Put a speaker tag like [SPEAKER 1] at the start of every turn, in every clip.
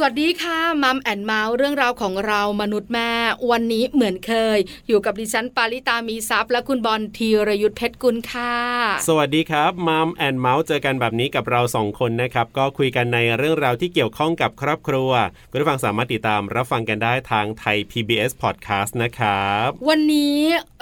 [SPEAKER 1] สวัสดีค่ะมัมแอนเมาส์เรื่องราวของเรามนุษย์แม่ วันนี้เหมือนเคย อยู่กับดิฉันปาริตามีซัพย์และคุณบอลธีรยุทธเพชรกุลค่ะ
[SPEAKER 2] สวัสดีครับมัมแอนเมาส์เจอกันแบบนี้กับเราสองคนนะครับ ก็คุยกันในเรื่องราวที่เกี่ยวข้องกับครอบครัวคุณผู้ฟังสามารถติดตามรับฟังกันได้ทางไทย PBS Podcast นะครับ
[SPEAKER 1] วันนี้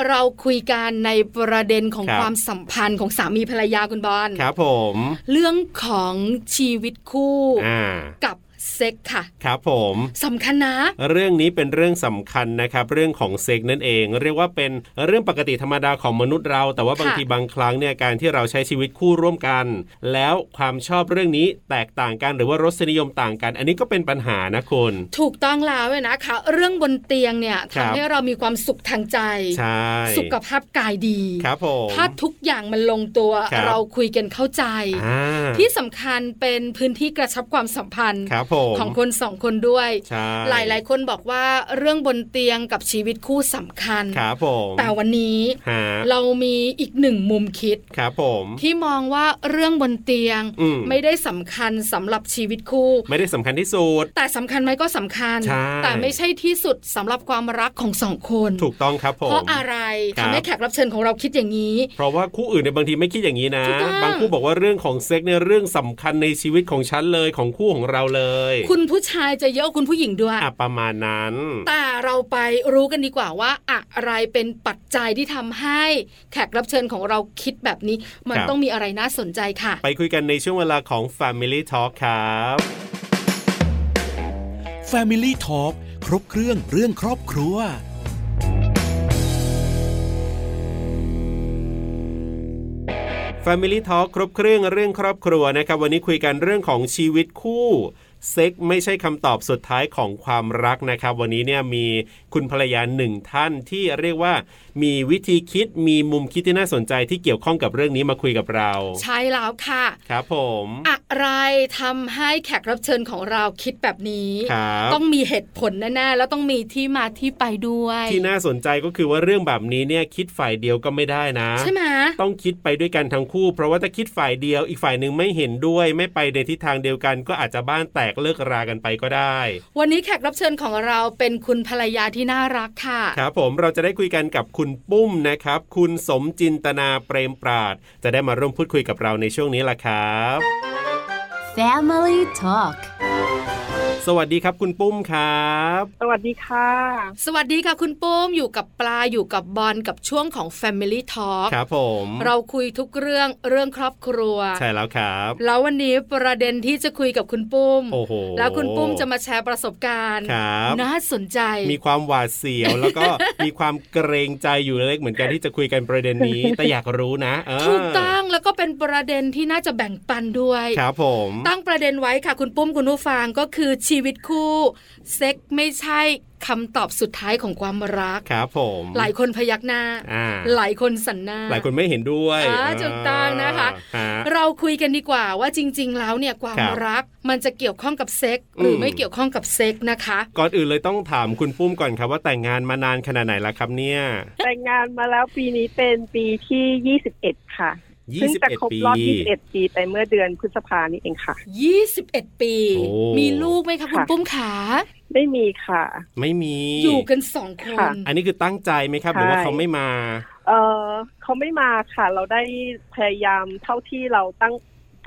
[SPEAKER 1] เราคุยกันในประเด็นของ
[SPEAKER 2] ครับ
[SPEAKER 1] ความสัมพันธ์ของสามีภรรยาคุณบอล
[SPEAKER 2] ครับผม
[SPEAKER 1] เรื่องของชีวิตคู่
[SPEAKER 2] อ่า
[SPEAKER 1] กับเซ็กค่ะ
[SPEAKER 2] ครับผม
[SPEAKER 1] สำคัญนะ
[SPEAKER 2] เรื่องนี้เป็นเรื่องสำคัญนะครับ เรื่องของเซ็กนั่นเอง เรียกว่าเป็นเรื่องปกติธรรมดาของมนุษย์เรา แต่ว่าบาง
[SPEAKER 1] ค่ะ
[SPEAKER 2] ทีบางครั้งเนี่ยการที่เราใช้ชีวิตคู่ร่วมกัน แล้วความชอบเรื่องนี้แตกต่างกันหรือว่ารสนิยมต่างกัน อันนี้ก็เป็นปัญหานะคุณ
[SPEAKER 1] ถูกต้องแล้วเนี่ยนะคะ เรื่องบนเตียงเนี่ย
[SPEAKER 2] ครับ
[SPEAKER 1] ทำให้เรามีความสุขทางใจ
[SPEAKER 2] ใช่
[SPEAKER 1] สุขภาพกายดี
[SPEAKER 2] ครับผม
[SPEAKER 1] ถ้าทุกอย่างมันลงตัว
[SPEAKER 2] ครับ
[SPEAKER 1] เราคุยกันเข้าใจ
[SPEAKER 2] อ่า
[SPEAKER 1] ที่สำคัญเป็นพื้นที่กระชับความสัมพันธ์
[SPEAKER 2] ครับผม
[SPEAKER 1] ของคนสองคนด้วย
[SPEAKER 2] ใช่
[SPEAKER 1] หลายๆ คนบอกว่าเรื่องบนเตียงกับชีวิตคู่สำคัญ
[SPEAKER 2] ครับผม
[SPEAKER 1] แต่วันนี้
[SPEAKER 2] ฮะ
[SPEAKER 1] เรามีอีกหนึ่งมุมคิด
[SPEAKER 2] ครับผม
[SPEAKER 1] ที่มองว่าเรื่องบนเตียง
[SPEAKER 2] อืม
[SPEAKER 1] ไม่ได้สำคัญสำหรับชีวิตคู่
[SPEAKER 2] ไม่ได้สำคัญที่สุด
[SPEAKER 1] แต่สำคัญไหมก็สำคัญ
[SPEAKER 2] ใช่
[SPEAKER 1] แต่ไม่ใช่ที่สุดสำหรับความรักของสองคน
[SPEAKER 2] ถูกต้องครับผม
[SPEAKER 1] เพราะอะไร
[SPEAKER 2] ครั
[SPEAKER 1] ทำ
[SPEAKER 2] บ
[SPEAKER 1] ให้แขกรับเชิญของเราคิดอย่างนี้
[SPEAKER 2] เพราะว่าคู่อื่นเนี่ยบางทีไม่คิดอย่างนี้นะ
[SPEAKER 1] ถูกต้อง
[SPEAKER 2] บางคู่บอกว่าเรื่องของเซ็กเนี่ยเรื่องสำคัญในชีวิตของฉันเลยของคู่ของเราเลย
[SPEAKER 1] คุณผู้ชายจะเยอะกว่าคุณผู้หญิงด้วย
[SPEAKER 2] อ่ะประมาณนั้น
[SPEAKER 1] แต่เราไปรู้กันดีกว่าว่า อะไรเป็นปัจจัยที่ทำให้แขกรับเชิญของเราคิดแบบนี้ มัน
[SPEAKER 2] ครับ
[SPEAKER 1] ต้องมีอะไรน่าสนใจค่ะ
[SPEAKER 2] ไปคุยกันในช่วงเวลาของ Family Talk ครับ
[SPEAKER 3] Family Talk ครบเครื่องเรื่องครอบครัว
[SPEAKER 2] Family Talk ครบเครื่องเรื่องครอบครัวนะครับ วันนี้คุยกันเรื่องของชีวิตคู่ เซ็กไม่ใช่คำตอบสุดท้ายของความรักนะครับ วันนี้เนี่ยมีคุณภรรยาหนึ่งท่านที่เรียกว่า มีวิธีคิดมีมุมคิดที่น่าสนใจที่เกี่ยวข้องกับเรื่องนี้มาคุยกับเรา
[SPEAKER 1] ใช่แล้วค่ะ
[SPEAKER 2] ครับผม
[SPEAKER 1] อะไรทำให้แขกรับเชิญของเราคิดแบบนี้
[SPEAKER 2] ครับ
[SPEAKER 1] ต้องมีเหตุผลแน่ๆแล้วต้องมีที่มาที่ไปด้วย
[SPEAKER 2] ที่น่าสนใจก็คือว่าเรื่องแบบนี้เนี่ยคิดฝ่ายเดียวก็ไม่ได้นะ
[SPEAKER 1] ใช่ไหม
[SPEAKER 2] ต้องคิดไปด้วยกันทั้งคู่ เพราะว่าถ้าคิดฝ่ายเดียว อีกฝ่ายหนึ่งไม่เห็นด้วย ไม่ไปในทิศทางเดียวกัน ก็อาจจะบ้านแตกเลิกรากันไปก็ได้
[SPEAKER 1] วันนี้แขกรับเชิญของเราเป็นคุณภรรยาที่น่ารักค่ะ
[SPEAKER 2] ครับผมเราจะได้คุยกันกับคุณปุ้มนะครับ คุณสมจินตนาเปรมปราด จะได้มาร่วมพูดคุยกับเราในช่วงนี้ล่ะครับ
[SPEAKER 4] Family Talk
[SPEAKER 2] สวัสดีครับคุณปุ้มครับ
[SPEAKER 5] สวัสดีค่ะ
[SPEAKER 1] สวัสดีค่ะคุณโป้มอยู่กับปลาอยู่กับบอลกับช่วงของ Family Talk
[SPEAKER 2] ครับผม
[SPEAKER 1] เราคุยทุกเรื่องเรื่องครอบครัว
[SPEAKER 2] ใช่แล้วครับ
[SPEAKER 1] แล้ววันนี้ประเด็นที่จะคุยกับคุณปุ้ม
[SPEAKER 2] โอ้โห
[SPEAKER 1] แล้วคุณปุ้มจะมาแชร์ประสบการณ์
[SPEAKER 2] ครับ
[SPEAKER 1] น่าสนใจ
[SPEAKER 2] มีความหวาดเสียว แล้วก็ มีความเกรงใจอยู่เล็กเหมือนกันที่จะคุยกันประเด็นนี้ แต่อยากรู้นะเอ
[SPEAKER 1] ถูกต้องแล้วก็เป็นประเด็นที่น่าจะแบ่งปันด้วย
[SPEAKER 2] ครับผม
[SPEAKER 1] ตั้งประเด็นไว้ค่ะคุณปุ้มคุณผู้ฟังก็คือชีวิตคู่เซ็กไม่ใช่คำตอบสุดท้ายของความรัก
[SPEAKER 2] ครับผม
[SPEAKER 1] หลายคนพยักหน้า
[SPEAKER 2] อ่า
[SPEAKER 1] หลายคนสันหน้า
[SPEAKER 2] หลายคนไม่เห็นด้วย
[SPEAKER 1] อ่าถูกต้องนะคะ
[SPEAKER 2] ฮะ
[SPEAKER 1] เราคุยกันดีกว่าว่าจริง ๆ แล้วเนี่ยความ
[SPEAKER 2] ครับ
[SPEAKER 1] รักมันจะเกี่ยวข้องกับเซ็กหรืออ
[SPEAKER 2] ม
[SPEAKER 1] ไม่เกี่ยวข้องกับเซ็กนะคะ
[SPEAKER 2] ก่อนอื่นเลยต้องถามคุณปุ้มก่อนครับว่าแต่งงานมานานขนาดไหนละครับเนี่ย
[SPEAKER 5] แต่งงานมาแล้วปีนี้เป็นปีที่ 21 ค่ะ
[SPEAKER 2] 21
[SPEAKER 5] เพิ่งจะครบ
[SPEAKER 2] ปี
[SPEAKER 5] รอบ 21 ปีไปเมื่อเดือนพฤษภานี่เองค่ะ
[SPEAKER 1] 21 ปี
[SPEAKER 2] โอ้
[SPEAKER 1] มีลูกไหมคะคุณ
[SPEAKER 5] ค่ะ
[SPEAKER 1] ปุ้มขา
[SPEAKER 5] ไม่มีค่ะ
[SPEAKER 2] ไม่มี
[SPEAKER 1] อยู่กันสองคน
[SPEAKER 5] ค่ะ
[SPEAKER 2] อันนี้คือตั้งใจไหมครับ หรือว่า
[SPEAKER 5] ใช่
[SPEAKER 2] เขาไม่มา
[SPEAKER 5] เออเขาไม่มาค่ะ เราได้พยายามเท่าที่เราตั้ง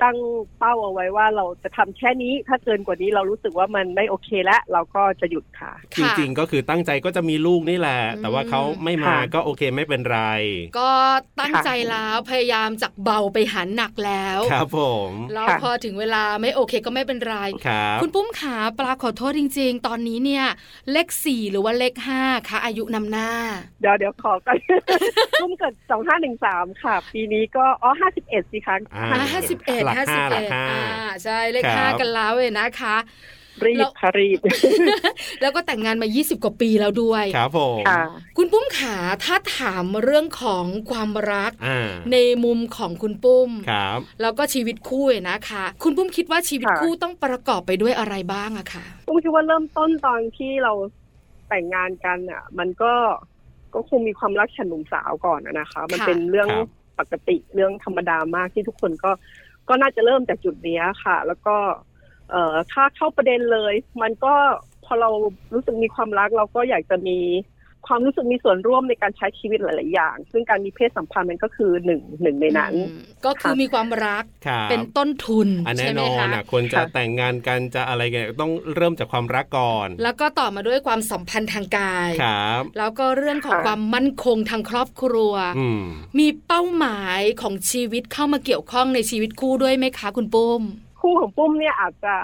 [SPEAKER 5] ตั้งเป้าเอาไว้ว่าเราจะทำแค่นี้ ถ้าเกินกว่านี้เรารู้สึกว่ามันไม่โอเคแล้วเราก็จะหยุดค่ะ
[SPEAKER 2] จ
[SPEAKER 1] ค่ะ
[SPEAKER 2] ริง ๆ ก็คือตั้งใจก็จะมีลูกนี่แหละ
[SPEAKER 1] อืม
[SPEAKER 2] แต่ว่าเขาไม่มา
[SPEAKER 5] ค่ะ
[SPEAKER 2] ก็โอเคไม่เป็นไร
[SPEAKER 1] ก็ตั้ง
[SPEAKER 5] ค่ะ
[SPEAKER 1] ใจแล้วพยายามจากเบาไปหาหนักแล้ว
[SPEAKER 2] ครับผม
[SPEAKER 1] แล้วพอถึงเวลาไม่โอเคก็ไม่เป็นไร
[SPEAKER 2] ครับ
[SPEAKER 1] คุณปุ้มขาปลาขอโทษจริง ๆ ตอนนี้เนี่ย เลขสี่หรือว่าเลขห้าคะอายุนำหน้า
[SPEAKER 5] เดี๋ยวเดี๋ยวขอ ก่อน รุ่มเกิด 2513 ค่ะ ปีนี้ก็อ๋อ51สิคะ
[SPEAKER 2] อ่า
[SPEAKER 1] อ่าห้าสิบเอ็ด
[SPEAKER 2] หลัก
[SPEAKER 1] ห้าสิบ
[SPEAKER 2] ห้าหลั
[SPEAKER 1] เอ็ด
[SPEAKER 2] กห้า
[SPEAKER 1] อ่าใช่เลข
[SPEAKER 2] ครับ
[SPEAKER 1] ห้ากันแล้วเลยนะคะ
[SPEAKER 5] รีบค่ะรีบ
[SPEAKER 1] แล้วก็แต่งงานมา 20 กว่าปีแล้วด้วย
[SPEAKER 2] ครับผม
[SPEAKER 5] ค่ะ
[SPEAKER 1] คุณปุ้มขาถ้าถามเรื่องของความรัก
[SPEAKER 2] อ่า
[SPEAKER 1] ในมุมของคุณปุ้ม
[SPEAKER 2] ครับ
[SPEAKER 1] แล้วก็ชีวิตคู่เนี่ยนะคะ คุณปุ้มคิดว่าชีวิต
[SPEAKER 5] ค่ะ
[SPEAKER 1] คู่ต้องประกอบไปด้วยอะไรบ้างอะค่ะ
[SPEAKER 5] ผมคิดว่าเริ่มต้นตอนที่เราแต่งงานกันอ่ะ มันก็ก็คงมีความรักฉันหนุ่มสาวก่อนอะนะคะ มัน
[SPEAKER 1] ค่ะ
[SPEAKER 5] เป็นเรื่อง
[SPEAKER 2] ครับ
[SPEAKER 5] ปกติเรื่องธรรมดามากที่ทุกคนก็ก็น่าจะเริ่มจากจุดเนี้ยค่ะ แล้วก็เอ่อถ้าเข้าประเด็นเลย มันก็พอเรารู้สึกมีความรักเราก็อยากจะมีความรู้สึกมีส่วนร่วมในการใช้ชีวิตหลาย ๆ อย่าง ซึ่งการมีเพศสัมพันธ์มันก็คือหนึ่งหนึ่งในนั้น
[SPEAKER 1] อืมก็คือมีความรัก
[SPEAKER 2] ครับ
[SPEAKER 1] เป็นต้นทุน
[SPEAKER 2] อันแน่
[SPEAKER 1] ใช่ไห
[SPEAKER 2] น
[SPEAKER 1] ม
[SPEAKER 2] อ
[SPEAKER 1] คะ
[SPEAKER 2] นอ่ะควรจะ
[SPEAKER 5] ค่ะ
[SPEAKER 2] แต่งงานกันจะอะไรกันต้องเริ่มจากความรักก่อน
[SPEAKER 1] แล้วก็ต่อมาด้วยความสัมพันธ์ทางกาย
[SPEAKER 2] ครับ
[SPEAKER 1] แล้วก็เรื่องของ
[SPEAKER 5] ค่ะ
[SPEAKER 1] ความมั่นคงทางครอบครัว
[SPEAKER 2] อืม
[SPEAKER 1] มีเป้าหมายของชีวิตเข้ามาเกี่ยวข้องในชีวิตคู่ด้วยไหมคะคุณปุ้ม
[SPEAKER 5] คู่ของปุ้มเนี่ยอาจจะ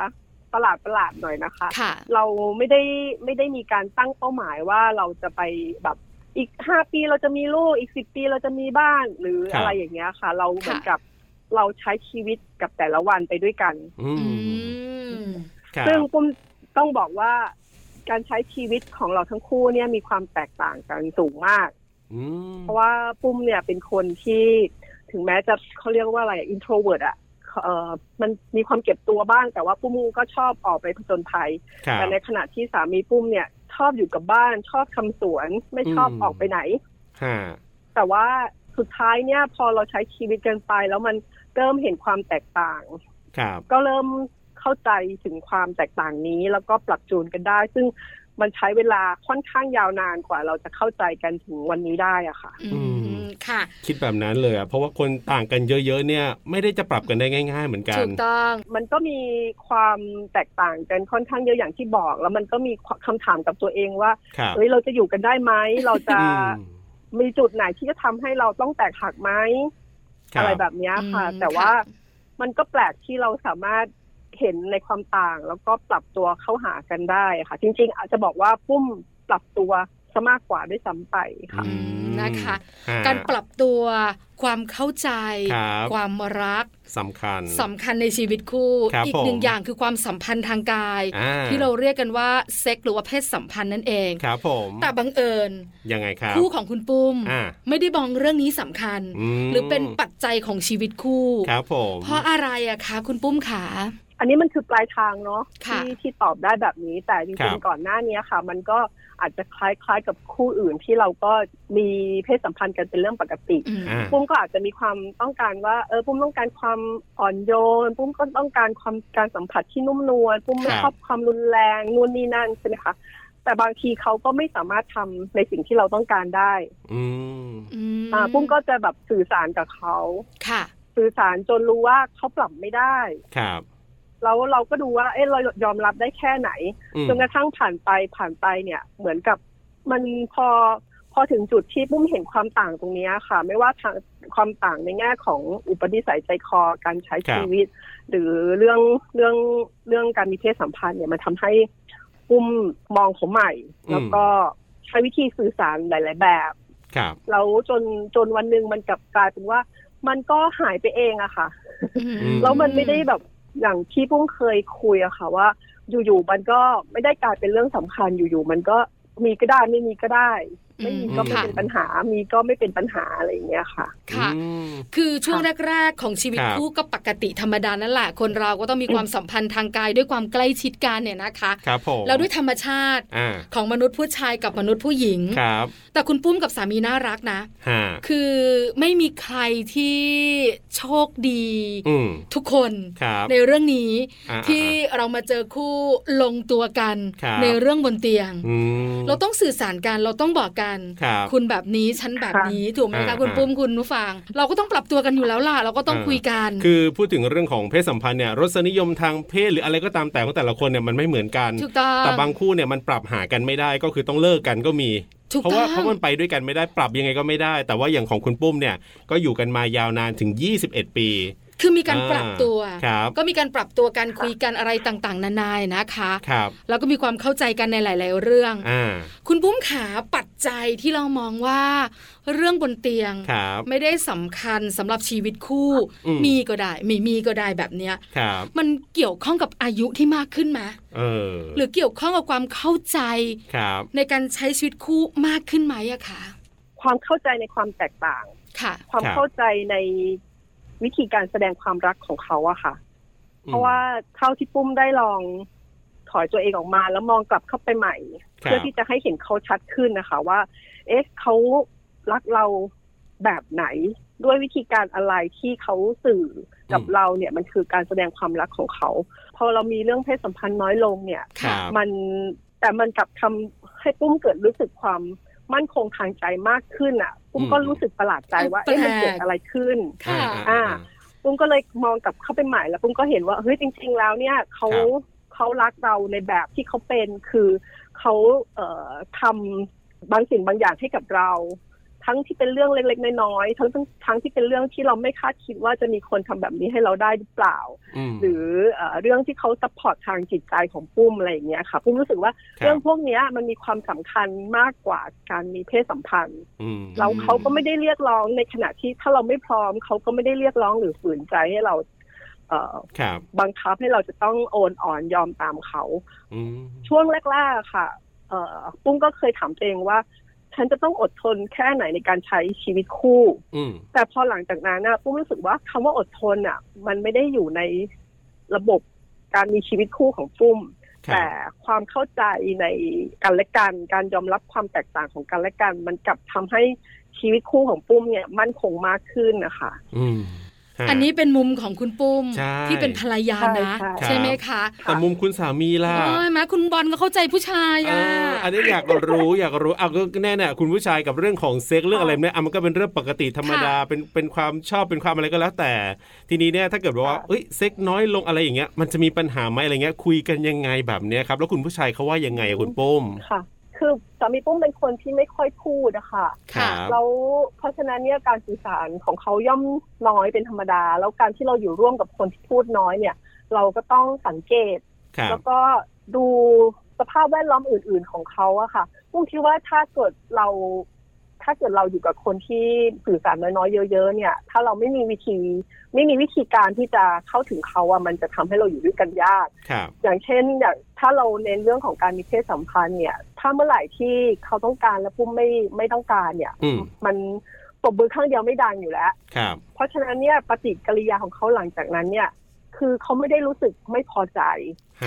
[SPEAKER 5] ประหลาดประหลาดๆหน่อยนะคะ
[SPEAKER 1] ค่ะ
[SPEAKER 5] เราไม่ได้ไม่ได้มีการตั้งเป้าหมายว่าเราจะไปแบบอีกห้าปีเราจะมีลูกอีกสิบปีเราจะมีบ้านหรือ
[SPEAKER 2] ครับ
[SPEAKER 5] อะไรอย่างเงี้ยค่ะ เราเหมือน
[SPEAKER 1] ค่ะ
[SPEAKER 5] กับเราใช้ชีวิตกับแต่ละวันไปด้วยกัน
[SPEAKER 2] อื
[SPEAKER 1] อื
[SPEAKER 2] ม
[SPEAKER 1] ม
[SPEAKER 2] ครับ
[SPEAKER 5] ซึ่งปุ้มต้องบอกว่าการใช้ชีวิตของเราทั้งคู่เนี่ยมีความแตกต่างกันสูงมาก
[SPEAKER 2] อืม
[SPEAKER 5] เพราะว่าปุ้มเนี่ยเป็นคนที่ถึงแม้จะเขาเรียกว่าอะไรอินโทรเวิร์ดอะเอ่อมันมีความเก็บตัวบ้าง แต่ว่าปุ้มก็ชอบออกไปผจญภัย
[SPEAKER 2] ครับ
[SPEAKER 5] แต่ในขณะที่สามีปุ้มเนี่ยชอบอยู่กับบ้านชอบทำสวนไม่ชอบ
[SPEAKER 2] อืม
[SPEAKER 5] ออกไปไหน
[SPEAKER 2] ฮะ
[SPEAKER 5] แต่ว่าสุดท้ายเนี่ยพอเราใช้ชีวิตกันไป แล้วมันเริ่มเห็นความแตกต่าง
[SPEAKER 2] ครับ
[SPEAKER 5] ก็เริ่มเข้าใจถึงความแตกต่างนี้ แล้วก็ปรับจูนกันได้ ซึ่งมันใช้เวลาค่อนข้างยาวนานกว่า เราจะเข้าใจกันถึงวันนี้ได้อะค่ะ
[SPEAKER 1] อื
[SPEAKER 2] อื
[SPEAKER 1] ม
[SPEAKER 2] ม
[SPEAKER 1] ค่ะ
[SPEAKER 2] คิดแบบนั้นเลยอ่ะเพราะว่าคนต่างกันเยอะๆเนี่ย ไม่ได้จะปรับกันได้ง่าย ๆ เหมือนกั
[SPEAKER 1] ถู
[SPEAKER 2] น
[SPEAKER 1] กต้อง
[SPEAKER 5] มันก็มีความแตกต่างกันค่อนข้างเยอะอย่างที่บอก แล้วมันก็มีคำถามกับตัวเองว่า
[SPEAKER 2] ครับ
[SPEAKER 5] เฮ้ยเราจะอยู่กันได้ไหมเราจะ
[SPEAKER 2] อืม
[SPEAKER 5] มีจุดไหนที่จะทำให้เราต้องแตกหักไหม
[SPEAKER 2] ครั
[SPEAKER 5] อะไรแบบเนี้ยค่ะ
[SPEAKER 1] อืม
[SPEAKER 5] แต่ว่า
[SPEAKER 1] ค่ะ
[SPEAKER 5] มันก็แปลกที่เราสามารถเห็นในความต่าง แล้วก็ปรับตัวเข้าหากันได้ค่ะ จริง ๆ อาจจะบอกว่าปุ้มปรับตัวซะมากกว่าด้วยซ้ำไปค่ะ
[SPEAKER 2] อืม
[SPEAKER 1] นะคะ
[SPEAKER 2] ฮะ
[SPEAKER 1] การปรับตัว ความเข้าใจ
[SPEAKER 2] ครับ
[SPEAKER 1] ความรัก
[SPEAKER 2] สำคัญ
[SPEAKER 1] สำคัญในชีวิตคู่
[SPEAKER 2] ครับ
[SPEAKER 1] อีกหนึ่ง
[SPEAKER 2] ผม
[SPEAKER 1] อย่างคือความสัมพันธ์ทางกาย
[SPEAKER 2] อ่
[SPEAKER 1] ที่เราเรียกกันว่าเซ็กหรือว่าเพศสัมพันธ์นั่นเอง
[SPEAKER 2] ครับผม
[SPEAKER 1] แต่บังเอิญ
[SPEAKER 2] ยังไงครับ
[SPEAKER 1] คู่ของคุณปุ้ม
[SPEAKER 2] อ่า
[SPEAKER 1] ไม่ได้มองเรื่องนี้สำคัญ
[SPEAKER 2] ม
[SPEAKER 1] หรือเป็นปัจจัยของชีวิตคู่
[SPEAKER 2] ครับผม
[SPEAKER 1] เพราะอะไรอะคะ คุณปุ้มขา
[SPEAKER 5] อันนี้มันคือปลายทางเนาะ
[SPEAKER 1] ค่ะ
[SPEAKER 5] ที่ที่ตอบได้แบบนี้ แต่จ
[SPEAKER 2] ครั
[SPEAKER 5] ริง
[SPEAKER 2] บ
[SPEAKER 5] ๆก่อนหน้านี้ค่ะ มันก็อาจจะคล้ายๆกับคู่อื่นที่เราก็มีเพศสัมพันธ์กันเป็นเรื่องปกติ
[SPEAKER 2] อ่า
[SPEAKER 5] ปุ้มก็อาจจะมีความต้องการว่าเออปุ้มต้องการความอ่อนโยน ปุ้มก็ต้องการความการสัมผัสที่นุ่มนวลปุ้ม
[SPEAKER 2] ค
[SPEAKER 5] ไม่
[SPEAKER 2] รับ
[SPEAKER 5] ชอบความรุนแรงนู่นนี่นั่นใช่ไหมคะแต่บางทีเขาก็ไม่สามารถทำในสิ่งที่เราต้องการได้
[SPEAKER 2] อืม
[SPEAKER 1] อื
[SPEAKER 5] อ่าปุ้มก็จะแบบสื่อสารกับเขา
[SPEAKER 1] ค่ะ
[SPEAKER 5] สื่อสารจนรู้ว่าเขาปรับไม่ได้
[SPEAKER 2] ครับ
[SPEAKER 5] แล้วเราก็ดูว่าเออเรายอมรับได้แค่ไหน
[SPEAKER 2] อืม
[SPEAKER 5] จนกระทั่งผ่านไปผ่านไปเนี่ยเหมือนกับมันพอพอถึงจุดที่ปุ้มเห็นความต่างตรงเนี้ยค่ะ ไม่ว่าทางความต่างในแง่ของอุปนิสัยใจคอการใช้ชีวิต หรือเรื่องเรื่องเรื่องการมีเพศสัมพันธ์เนี่ยมันทำให้ปุ้มมองเขาใหม่ แล้วก็ใช้วิธีสื่อสารหลาย ๆ แบบ
[SPEAKER 2] ครับ
[SPEAKER 5] แล้วจนจนวันหนึ่งมันกลับกลายเป็นว่า มันก็หายไปเองอะค่ะ แล้วมันไม่ได้แบบอย่างที่ปุ้งเคยคุยอะค่ะว่า อยู่ๆมันก็ไม่ได้กลายเป็นเรื่องสำคัญอยู่ๆมันก็มีก็ได้ไม่มีก็ได้ ไม่มีก็ไม่
[SPEAKER 1] ค่ะ
[SPEAKER 5] เป็นปัญหา มีก็ไม่เป็นปัญหาอะไรอย่างเงี้ยค่ะ
[SPEAKER 1] ค่ะ
[SPEAKER 2] อืม
[SPEAKER 1] คือช่วงแรก ๆ ของชีวิต
[SPEAKER 2] ครับ
[SPEAKER 1] คู่ก็ปกติธรรมดานั่นแหละ คนเราก็ต้องมีความสัมพันธ์ทางกายด้วยความใกล้ชิดกันเนี่ยนะคะ
[SPEAKER 2] ครับผม
[SPEAKER 1] แล้วด้วยธรรมชาติ
[SPEAKER 2] อ่า
[SPEAKER 1] ของมนุษย์ผู้ชายกับมนุษย์ผู้หญิง
[SPEAKER 2] ครับ
[SPEAKER 1] แต่คุณปุ้มกับสามีน่ารักนะ
[SPEAKER 2] ฮะ
[SPEAKER 1] คือไม่มีใครที่โชคดี
[SPEAKER 2] อืม
[SPEAKER 1] ทุกคน
[SPEAKER 2] ครับ
[SPEAKER 1] ในเรื่องนี้
[SPEAKER 2] อ่า
[SPEAKER 1] ที่เรามาเจอคู่ลงตัวกัน
[SPEAKER 2] ครับ
[SPEAKER 1] ในเรื่องบนเตียง
[SPEAKER 2] อืม
[SPEAKER 1] เราต้องสื่อสารกันเราต้องบอกกัน
[SPEAKER 2] ครับ
[SPEAKER 1] ณแบบนี้ฉันแบบนี้ถูกไหมคะ
[SPEAKER 2] อ่า
[SPEAKER 1] คุณปุ้ม
[SPEAKER 2] อ่า
[SPEAKER 1] คุณนุฟัง เราก็ต้องปรับตัวกันอยู่แล้วล่ะ เราก็ต้อง
[SPEAKER 2] อ่า
[SPEAKER 1] คุยกัน
[SPEAKER 2] คือพูดถึงเรื่องของเพศสัมพันธ์เนี่ยรสนิยมทางเพศหรืออะไรก็ตามแต่ของแต่ละคนเนี่ยมันไม่เหมือนกัน
[SPEAKER 1] ถูกต้อง
[SPEAKER 2] แต่บางคู่เนี่ยมันปรับหากันไม่ได้ก็คือต้องเลิกกันก็มี
[SPEAKER 1] ถูก
[SPEAKER 2] เพราะ
[SPEAKER 1] ต้
[SPEAKER 2] ว่า
[SPEAKER 1] อง
[SPEAKER 2] เพราะมันไปด้วยกันไม่ได้ปรับยังไงก็ไม่ได้ แต่ว่าอย่างของคุณปุ้มเนี่ยก็อยู่กันมายาวนานถึง 21 ปี
[SPEAKER 1] คือมีการปรับตัว
[SPEAKER 2] อ่าครับ
[SPEAKER 1] ก็มีการปรับตัวกันคุยกันอะไรต่างๆ นานานะคะ
[SPEAKER 2] ครับ
[SPEAKER 1] แล้วก็มีความเข้าใจกันในหลาย ๆ เรื่อง
[SPEAKER 2] อ่า
[SPEAKER 1] คุณปุ้มขาปัจจัยที่เรามองว่า เรื่องบนเตียง
[SPEAKER 2] ครับ
[SPEAKER 1] ไม่ได้สำคัญสำหรับชีวิตคู่
[SPEAKER 2] อืม
[SPEAKER 1] มีก็ได้ไม่มีก็ได้แบบเนี้ย
[SPEAKER 2] ครับ
[SPEAKER 1] มันเกี่ยวข้องกับอายุที่มากขึ้นไหม
[SPEAKER 2] เออ
[SPEAKER 1] หรือเกี่ยวข้องกับความเข้าใจ
[SPEAKER 2] ครับ
[SPEAKER 1] ในการใช้ชีวิตคู่มากขึ้นไหมอะคะ
[SPEAKER 5] ความเข้าใจในความแตกต่าง
[SPEAKER 1] ค่ะ
[SPEAKER 5] ความเข้าใจในวิธีการแสดงความรักของเขาอะค่ะ เพราะว่าเท่าที่ปุ้มได้ลองถอยตัวเองออกมาแล้วมองกลับเข้าไปใหม่
[SPEAKER 2] ครั
[SPEAKER 5] เพื่อบ ที่จะให้เห็นเขาชัดขึ้นนะคะว่า เอ๊ะเขารักเราแบบไหน ด้วยวิธีการอะไรที่เขาสื่อกับ
[SPEAKER 2] อืม
[SPEAKER 5] เราเนี่ยมันคือการแสดงความรักของเขาพอเรามีเรื่องเพศสัมพันธ์น้อยลงเนี่ย
[SPEAKER 2] ครับ
[SPEAKER 5] มันแต่มันกลับทำให้ปุ้มเกิดรู้สึกความมั่นคงทางใจมากขึ้นอ่ะ ปุ้ม
[SPEAKER 2] อืม
[SPEAKER 5] ก็รู้สึกประหลาดใจว่า
[SPEAKER 1] แปลก
[SPEAKER 5] เอ๊ะมันเกิดอะไรขึ้น
[SPEAKER 1] ค่ะ
[SPEAKER 2] อ่า
[SPEAKER 5] ปุ้มก็เลยมองกลับเข้าไปใหม่แล้วปุ้มก็เห็นว่าเฮ้ยจริง ๆ แล้วเนี่ยเขา
[SPEAKER 2] ครับ
[SPEAKER 5] เขารักเราในแบบที่เขาเป็นคือเขาเอ่อทำบางสิ่งบางอย่างให้กับเรา ทั้งที่เป็นเรื่องเล็กๆน้อยๆทั้งทั้งทั้งที่เป็นเรื่องที่เราไม่คาดคิดว่าจะมีคนทำแบบนี้ให้เราได้หรือเปล่า
[SPEAKER 2] อืม
[SPEAKER 5] หรือเออเรื่องที่เขาซัพพอร์ตทางจิตใจของปุ้มอะไรอย่างเงี้ยค่ะปุ้มรู้สึกว่า
[SPEAKER 2] คบ
[SPEAKER 5] เรื่องพวกเนี้ยมันมีความสำคัญมากกว่าการมีเพศสัมพันธ์
[SPEAKER 2] อืม
[SPEAKER 5] เรา
[SPEAKER 1] อืม
[SPEAKER 5] เขาก็ไม่ได้เรียกร้องในขณะที่ถ้าเราไม่พร้อมเขาก็ไม่ได้เรียกร้องหรือฝืนใจให้เรา เอ่อ
[SPEAKER 2] ครับ
[SPEAKER 5] บังคับให้เราจะต้องโอนอ่อนยอมตามเขา
[SPEAKER 2] อืม
[SPEAKER 5] ช่วงแรกๆอะค่ะ เอ่อปุ้มก็เคยถามตัวเองว่า ฉันจะต้องอดทนแค่ไหนในการใช้ชีวิตคู่
[SPEAKER 2] อืม
[SPEAKER 5] แต่พอหลังจากนั้นนะปุ้มรู้สึกว่าคำว่าอดทนอ่ะ มันไม่ได้อยู่ในระบบการมีชีวิตคู่ของปุ้ม
[SPEAKER 2] ครั
[SPEAKER 5] แต่
[SPEAKER 2] บ
[SPEAKER 5] ความเข้าใจในกันและกัน การยอมรับความแตกต่างของกันและกัน มันกลับทำให้ชีวิตคู่ของปุ้มเนี่ยมั่นคงมากขึ้นนะคะ
[SPEAKER 2] อืมฮะ
[SPEAKER 1] อันนี้เป็นมุมของคุณปุ้ม
[SPEAKER 2] ใช่
[SPEAKER 1] ที่เป็นภรรยานะ
[SPEAKER 5] ใช่ใช่
[SPEAKER 1] ใช่ไหมคะ
[SPEAKER 2] แต่มุมคุณสามีล่ะ
[SPEAKER 1] เอ้ยมาคุณบอลก็เข้าใจผู้ชาย
[SPEAKER 2] เอ
[SPEAKER 1] อ่ะ
[SPEAKER 2] ออันนี้อยากรู้ อยากรู้เอาก็แน่แน่ๆคุณผู้ชายกับเรื่องของเซ็กเรื่องอะไรเนี่ยอ่ะมันก็เป็นเรื่องปกติธรรมดาเป็นเป็นความชอบเป็นความอะไรก็แล้วแต่ ทีนี้เนี่ยถ้าเกิดว่า
[SPEAKER 5] ค่ะ
[SPEAKER 2] เอ้ยเซ็กน้อยลงอะไรอย่างเงี้ยมันจะมีปัญหาไหมอะไรเงี้ยคุยกันยังไงแบบเนี้ยครับ แล้วคุณผู้ชายเขาว่ายังไงอะคุณปุ้ม
[SPEAKER 5] ค่ะ คือสามีปุ้มเป็นคนที่ไม่ค่อยพูดนะคะ
[SPEAKER 1] ค่ะ
[SPEAKER 5] แล้วเพราะฉะนั้นเนี่ยการสื่อสารของเขาย่อมน้อยเป็นธรรมดา แล้วการที่เราอยู่ร่วมกับคนที่พูดน้อยเนี่ย เราก็ต้องสังเกต
[SPEAKER 2] ครับ
[SPEAKER 5] แล้วก็ดูสภาพแวดล้อมอื่น ๆของเขาอะค่ะพุ่งคิดว่าถ้าเกิดเรา ถ้าเกิดเราอยู่กับคนที่สื่อสารน้อยๆเยอะๆเนี่ย ถ้าเราไม่มีวิธี ไม่มีวิธีการที่จะเข้าถึงเขาอะมันจะทำให้เราอยู่ด้วยกันยาก
[SPEAKER 2] ครับ
[SPEAKER 5] อย่างเช่น อย่างถ้าเราเน้นเรื่องของการมีเพศสัมพันธ์เนี่ย ถ้าเมื่อไหร่ที่เขาต้องการและปุ้มไม่ไม่ต้องการเนี่ย
[SPEAKER 2] อืม
[SPEAKER 5] มันตบมือข้างเดียวไม่ดังอยู่แล้ว
[SPEAKER 2] ครับ
[SPEAKER 5] เพราะฉะนั้นเนี่ยปฏิกิริยาของเขาหลังจากนั้นเนี่ย คือเขาไม่ได้รู้สึกไม่พอใจ